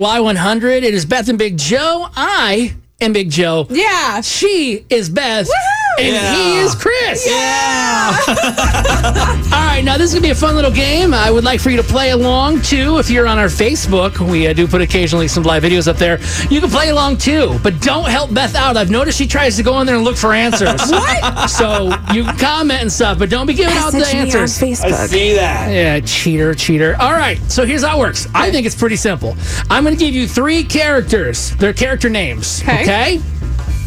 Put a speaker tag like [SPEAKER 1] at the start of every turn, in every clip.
[SPEAKER 1] Y100. It is Beth and Big Joe. I am Big Joe.
[SPEAKER 2] Yeah.
[SPEAKER 1] She is Beth.
[SPEAKER 2] Woohoo!
[SPEAKER 1] And
[SPEAKER 3] Yeah.
[SPEAKER 1] he is Chris. All right, now this is going to be a fun little game. I would like for you to play along too. If you're on our Facebook, we uh, do put occasionally some live videos up there. You can play along too, but don't help Beth out. I've noticed she tries to go in there and look for answers. what? So you can comment and stuff, but don't be giving out the
[SPEAKER 2] Message me on
[SPEAKER 1] answers.
[SPEAKER 3] I
[SPEAKER 2] Facebook.
[SPEAKER 3] see that.
[SPEAKER 1] Yeah, cheater, cheater. All right, so here's how it works. I think it's pretty simple. I'm going to give you three characters, their character names, okay.
[SPEAKER 2] Okay.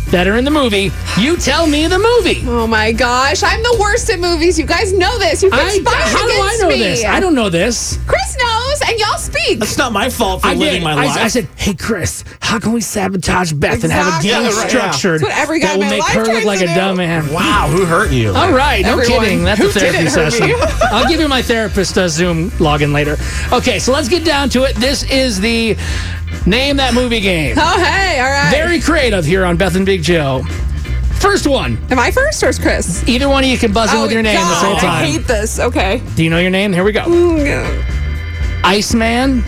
[SPEAKER 1] That are in the movie. You tell me the movie.
[SPEAKER 2] Oh my gosh, I'm the worst at movies. You guys know this. You've
[SPEAKER 1] I,
[SPEAKER 2] conspired
[SPEAKER 1] how do I
[SPEAKER 2] against
[SPEAKER 1] know
[SPEAKER 2] me.
[SPEAKER 1] this? I don't know this.
[SPEAKER 2] Chris knows, and y'all speak.
[SPEAKER 3] It's not my fault for
[SPEAKER 1] I
[SPEAKER 3] living
[SPEAKER 1] did.
[SPEAKER 3] my
[SPEAKER 1] I,
[SPEAKER 3] life.
[SPEAKER 1] I said, "Hey, Chris, how can we sabotage Beth and have a
[SPEAKER 2] Exactly.
[SPEAKER 1] game
[SPEAKER 2] Yeah, right, yeah.
[SPEAKER 1] structured
[SPEAKER 2] That's what every guy
[SPEAKER 1] that
[SPEAKER 2] in
[SPEAKER 1] will
[SPEAKER 2] my
[SPEAKER 1] make
[SPEAKER 2] life
[SPEAKER 1] her look
[SPEAKER 2] tries
[SPEAKER 1] like a
[SPEAKER 2] to do."
[SPEAKER 1] dumb man?"
[SPEAKER 3] wow, who hurt you?
[SPEAKER 1] All right, no
[SPEAKER 2] Everyone.
[SPEAKER 1] kidding. That's
[SPEAKER 2] Who
[SPEAKER 1] a
[SPEAKER 2] did
[SPEAKER 1] therapy
[SPEAKER 2] it hurt
[SPEAKER 1] session.
[SPEAKER 2] you?
[SPEAKER 1] I'll give you my therapist uh, Zoom login later. Okay, so let's get down to it. This is the name that movie game.
[SPEAKER 2] Oh hey, all right.
[SPEAKER 1] Very creative here on Beth and Big Joe. First one.
[SPEAKER 2] Am I first or is Chris?
[SPEAKER 1] Either one of you can buzz in
[SPEAKER 2] oh,
[SPEAKER 1] with your name
[SPEAKER 2] God,
[SPEAKER 1] this whole
[SPEAKER 2] I
[SPEAKER 1] time.
[SPEAKER 2] hate this. Okay.
[SPEAKER 1] Do you know your name? Here we go.
[SPEAKER 2] Mm.
[SPEAKER 1] Iceman.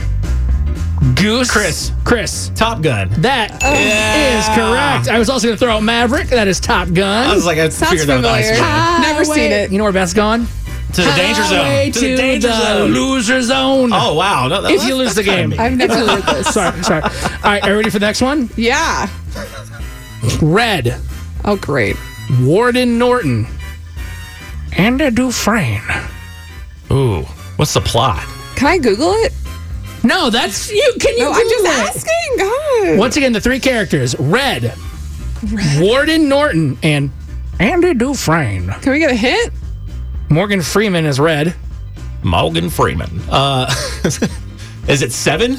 [SPEAKER 1] Goose.
[SPEAKER 3] Chris.
[SPEAKER 1] Chris.
[SPEAKER 3] Top Gun.
[SPEAKER 1] That is
[SPEAKER 2] Oh,
[SPEAKER 3] Yeah.
[SPEAKER 1] correct. I was also going to throw out Maverick. That is Top Gun.
[SPEAKER 3] I was like, I
[SPEAKER 2] Sounds
[SPEAKER 3] figured that was
[SPEAKER 2] familiar.
[SPEAKER 3] Iceman.
[SPEAKER 2] Never seen
[SPEAKER 1] Highway-
[SPEAKER 2] it.
[SPEAKER 1] You know where Beth's gone?
[SPEAKER 3] To the danger
[SPEAKER 1] Highway
[SPEAKER 3] zone. To the danger
[SPEAKER 1] the
[SPEAKER 3] zone.
[SPEAKER 1] Loser zone.
[SPEAKER 3] Oh wow! No, that,
[SPEAKER 1] if you lose the game.
[SPEAKER 2] I've never heard this.
[SPEAKER 1] sorry, sorry. All right, are you ready for the next one?
[SPEAKER 2] Yeah.
[SPEAKER 1] Red.
[SPEAKER 2] Oh great.
[SPEAKER 1] Warden Norton. And a Dufresne.
[SPEAKER 3] Ooh, what's the plot?
[SPEAKER 2] Can I Google it?
[SPEAKER 1] No, that's you. Can you?
[SPEAKER 2] No, I'm just
[SPEAKER 1] Google it?
[SPEAKER 2] asking. God.
[SPEAKER 1] Once again, the three characters: Red, Warden Norton, and Andy Dufresne.
[SPEAKER 2] Can we get a hint?
[SPEAKER 1] Morgan Freeman is Red.
[SPEAKER 3] Morgan Freeman. Uh, is it seven?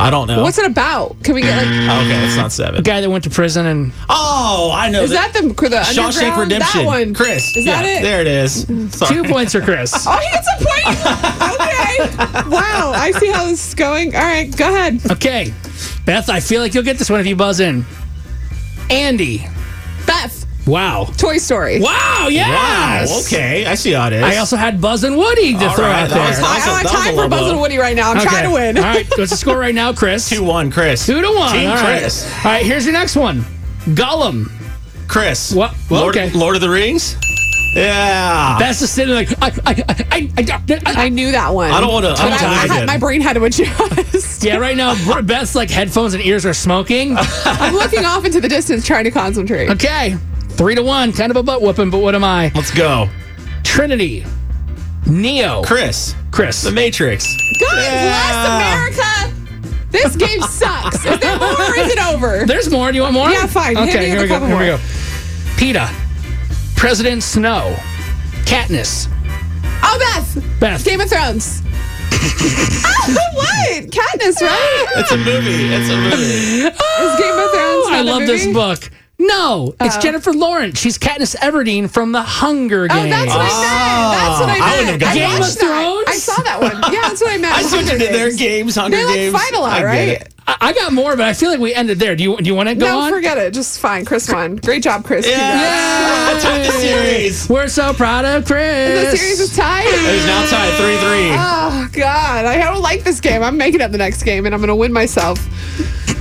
[SPEAKER 3] I don't know.
[SPEAKER 2] What's it about? Can we get like?
[SPEAKER 3] okay, it's not seven.
[SPEAKER 1] The guy that went to prison and
[SPEAKER 3] Oh, I know.
[SPEAKER 2] Is that the the
[SPEAKER 3] Shawshank
[SPEAKER 2] underground?
[SPEAKER 3] Redemption?
[SPEAKER 2] That one.
[SPEAKER 3] Chris.
[SPEAKER 2] Is that
[SPEAKER 3] yeah,
[SPEAKER 2] it?
[SPEAKER 3] There it is. Sorry.
[SPEAKER 1] Mm. two points for Chris.
[SPEAKER 2] Oh, he gets a point. okay. Wow. I see how this is going. All right. Go ahead.
[SPEAKER 1] Okay, Beth, I feel like you'll get this one if you buzz in. Andy.
[SPEAKER 2] Beth.
[SPEAKER 1] Wow.
[SPEAKER 2] Toy Story.
[SPEAKER 1] Wow.
[SPEAKER 3] Wow.
[SPEAKER 1] Yes.
[SPEAKER 3] Okay, I see how it is.
[SPEAKER 1] I also had Buzz and Woody to
[SPEAKER 3] All
[SPEAKER 1] throw
[SPEAKER 3] right,
[SPEAKER 1] out
[SPEAKER 3] that
[SPEAKER 1] there.
[SPEAKER 3] was
[SPEAKER 2] I
[SPEAKER 3] That
[SPEAKER 2] don't
[SPEAKER 3] was a-
[SPEAKER 2] have
[SPEAKER 3] that was
[SPEAKER 2] time
[SPEAKER 3] a
[SPEAKER 2] for
[SPEAKER 3] low
[SPEAKER 2] Buzz
[SPEAKER 3] blow.
[SPEAKER 2] and Woody right now. I'm trying to win.
[SPEAKER 1] All right, what's the score right now, Chris?
[SPEAKER 3] two one. Chris.
[SPEAKER 1] Two to one.
[SPEAKER 3] Team
[SPEAKER 1] All right.
[SPEAKER 3] Chris.
[SPEAKER 1] All right, here's your next one. Gollum.
[SPEAKER 3] Chris.
[SPEAKER 1] What- well,
[SPEAKER 3] Lord,
[SPEAKER 1] okay.
[SPEAKER 3] Lord of the Rings. Yeah.
[SPEAKER 1] That's just sitting like I I I I, I, I
[SPEAKER 2] I knew that one.
[SPEAKER 3] I don't wanna- I
[SPEAKER 2] But
[SPEAKER 3] don't
[SPEAKER 2] I-
[SPEAKER 3] wanna
[SPEAKER 2] I
[SPEAKER 3] dig
[SPEAKER 2] had-
[SPEAKER 3] in.
[SPEAKER 2] My brain had to adjust.
[SPEAKER 1] Yeah, right now Br- Beth's like headphones and ears are smoking.
[SPEAKER 2] I'm looking off into the distance, trying to concentrate.
[SPEAKER 1] Okay, three to one, kind of a butt whooping, but what am I?
[SPEAKER 3] Let's go,
[SPEAKER 1] Trinity, Neo,
[SPEAKER 3] Chris.
[SPEAKER 1] Chris.
[SPEAKER 3] The Matrix.
[SPEAKER 2] God
[SPEAKER 3] Yeah.
[SPEAKER 2] bless America. This game sucks. Is there more? or Is it over?
[SPEAKER 1] There's more. Do you want more?
[SPEAKER 2] Yeah, fine. Hit
[SPEAKER 1] Okay,
[SPEAKER 2] me
[SPEAKER 1] here
[SPEAKER 2] with
[SPEAKER 1] we
[SPEAKER 2] a
[SPEAKER 1] go.
[SPEAKER 2] couple
[SPEAKER 1] Here we
[SPEAKER 2] more.
[SPEAKER 1] go. Peta, President Snow, Katniss,
[SPEAKER 2] Oh, Beth.
[SPEAKER 1] Beth.
[SPEAKER 2] Game of Thrones. oh, what? Katniss, right?
[SPEAKER 3] It's a movie. It's a movie.
[SPEAKER 2] Is Game of Thrones.
[SPEAKER 1] Oh, I
[SPEAKER 2] not a
[SPEAKER 1] love this
[SPEAKER 2] movie? Oh.
[SPEAKER 1] book. No, it's Jennifer Lawrence. She's Katniss Everdeen from The Hunger Games.
[SPEAKER 2] Oh, that's what I meant. That's what I
[SPEAKER 3] Oh,
[SPEAKER 2] meant.
[SPEAKER 3] I wouldn't have gotten
[SPEAKER 1] that.
[SPEAKER 2] watched
[SPEAKER 1] Game of
[SPEAKER 2] that.
[SPEAKER 1] Thrones?
[SPEAKER 2] I saw that one. Yeah, that's what I meant.
[SPEAKER 3] I switched
[SPEAKER 2] Hunger
[SPEAKER 3] into their
[SPEAKER 2] Games.
[SPEAKER 3] games. Hunger
[SPEAKER 2] They're like
[SPEAKER 3] Games.
[SPEAKER 2] final
[SPEAKER 3] I
[SPEAKER 2] out,
[SPEAKER 3] get
[SPEAKER 2] right?
[SPEAKER 3] it.
[SPEAKER 1] I, I got more, but I feel like we ended there. Do you do you want to go
[SPEAKER 2] No,
[SPEAKER 1] on?
[SPEAKER 2] forget it. Just fine. Chris won. Great job, Chris.
[SPEAKER 3] Yeah. I took the series.
[SPEAKER 1] We're so proud of Chris.
[SPEAKER 2] The series is
[SPEAKER 3] It
[SPEAKER 2] tied.
[SPEAKER 3] is now tied three three.
[SPEAKER 2] Oh God, I don't like this game. I'm making up the next game, and I'm gonna win myself.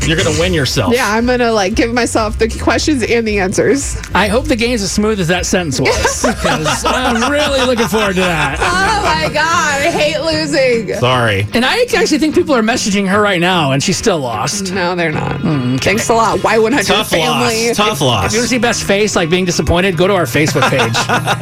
[SPEAKER 3] You're gonna win yourself.
[SPEAKER 2] Yeah, I'm gonna like give myself the questions and the answers.
[SPEAKER 1] I hope the game's as smooth as that sentence was because I'm really looking forward to that.
[SPEAKER 2] Oh my God, I hate losing.
[SPEAKER 3] Sorry.
[SPEAKER 1] And I actually think people are messaging her right now, and she's still lost.
[SPEAKER 2] No, they're not. Thanks a lot, Y100
[SPEAKER 3] Hmm, Tough
[SPEAKER 2] family.
[SPEAKER 3] loss. Tough
[SPEAKER 1] If you want to
[SPEAKER 3] loss.
[SPEAKER 1] see Best face like being disappointed, go to our Facebook page.